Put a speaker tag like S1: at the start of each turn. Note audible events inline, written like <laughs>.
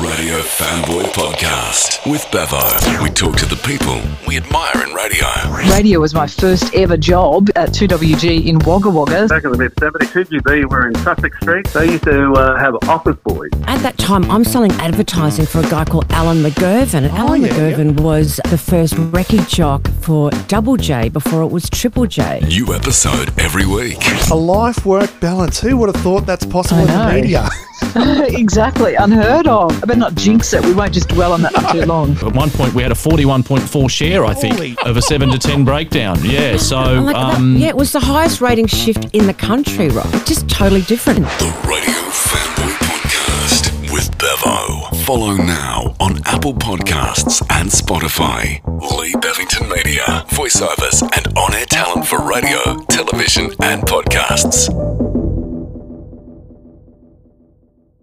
S1: Radio Fanboy Podcast with Bevo. We talk to the people we admire in radio.
S2: Radio was my first ever job at 2WG in Wagga Wagga. <laughs>
S3: Back in the mid 70s, 2GB were in Sussex Street. They used to uh, have office boys.
S4: At that time, I'm selling advertising for a guy called Alan McGirvin. And Alan McGirvin was the first record jock for Double J before it was Triple J.
S1: New episode every week.
S5: A life work balance. Who would have thought that's possible in the
S2: know.
S5: media?
S2: exactly, unheard of. I better not jinx it. We won't just dwell on that for too long.
S6: At one point, we had a 41.4 share, I think, of a 7
S4: <laughs>
S6: to 10 breakdown. Yeah, so.
S4: I'm like, that-
S6: um,
S4: yeah, it was the highest rating shift in the country, right? Just totally different.
S1: The Radio Fanboy Podcast with Bevo. Follow now on Apple Podcasts and Spotify. Lee Bevington Media, voiceovers and on air talent for radio, television, and podcasts.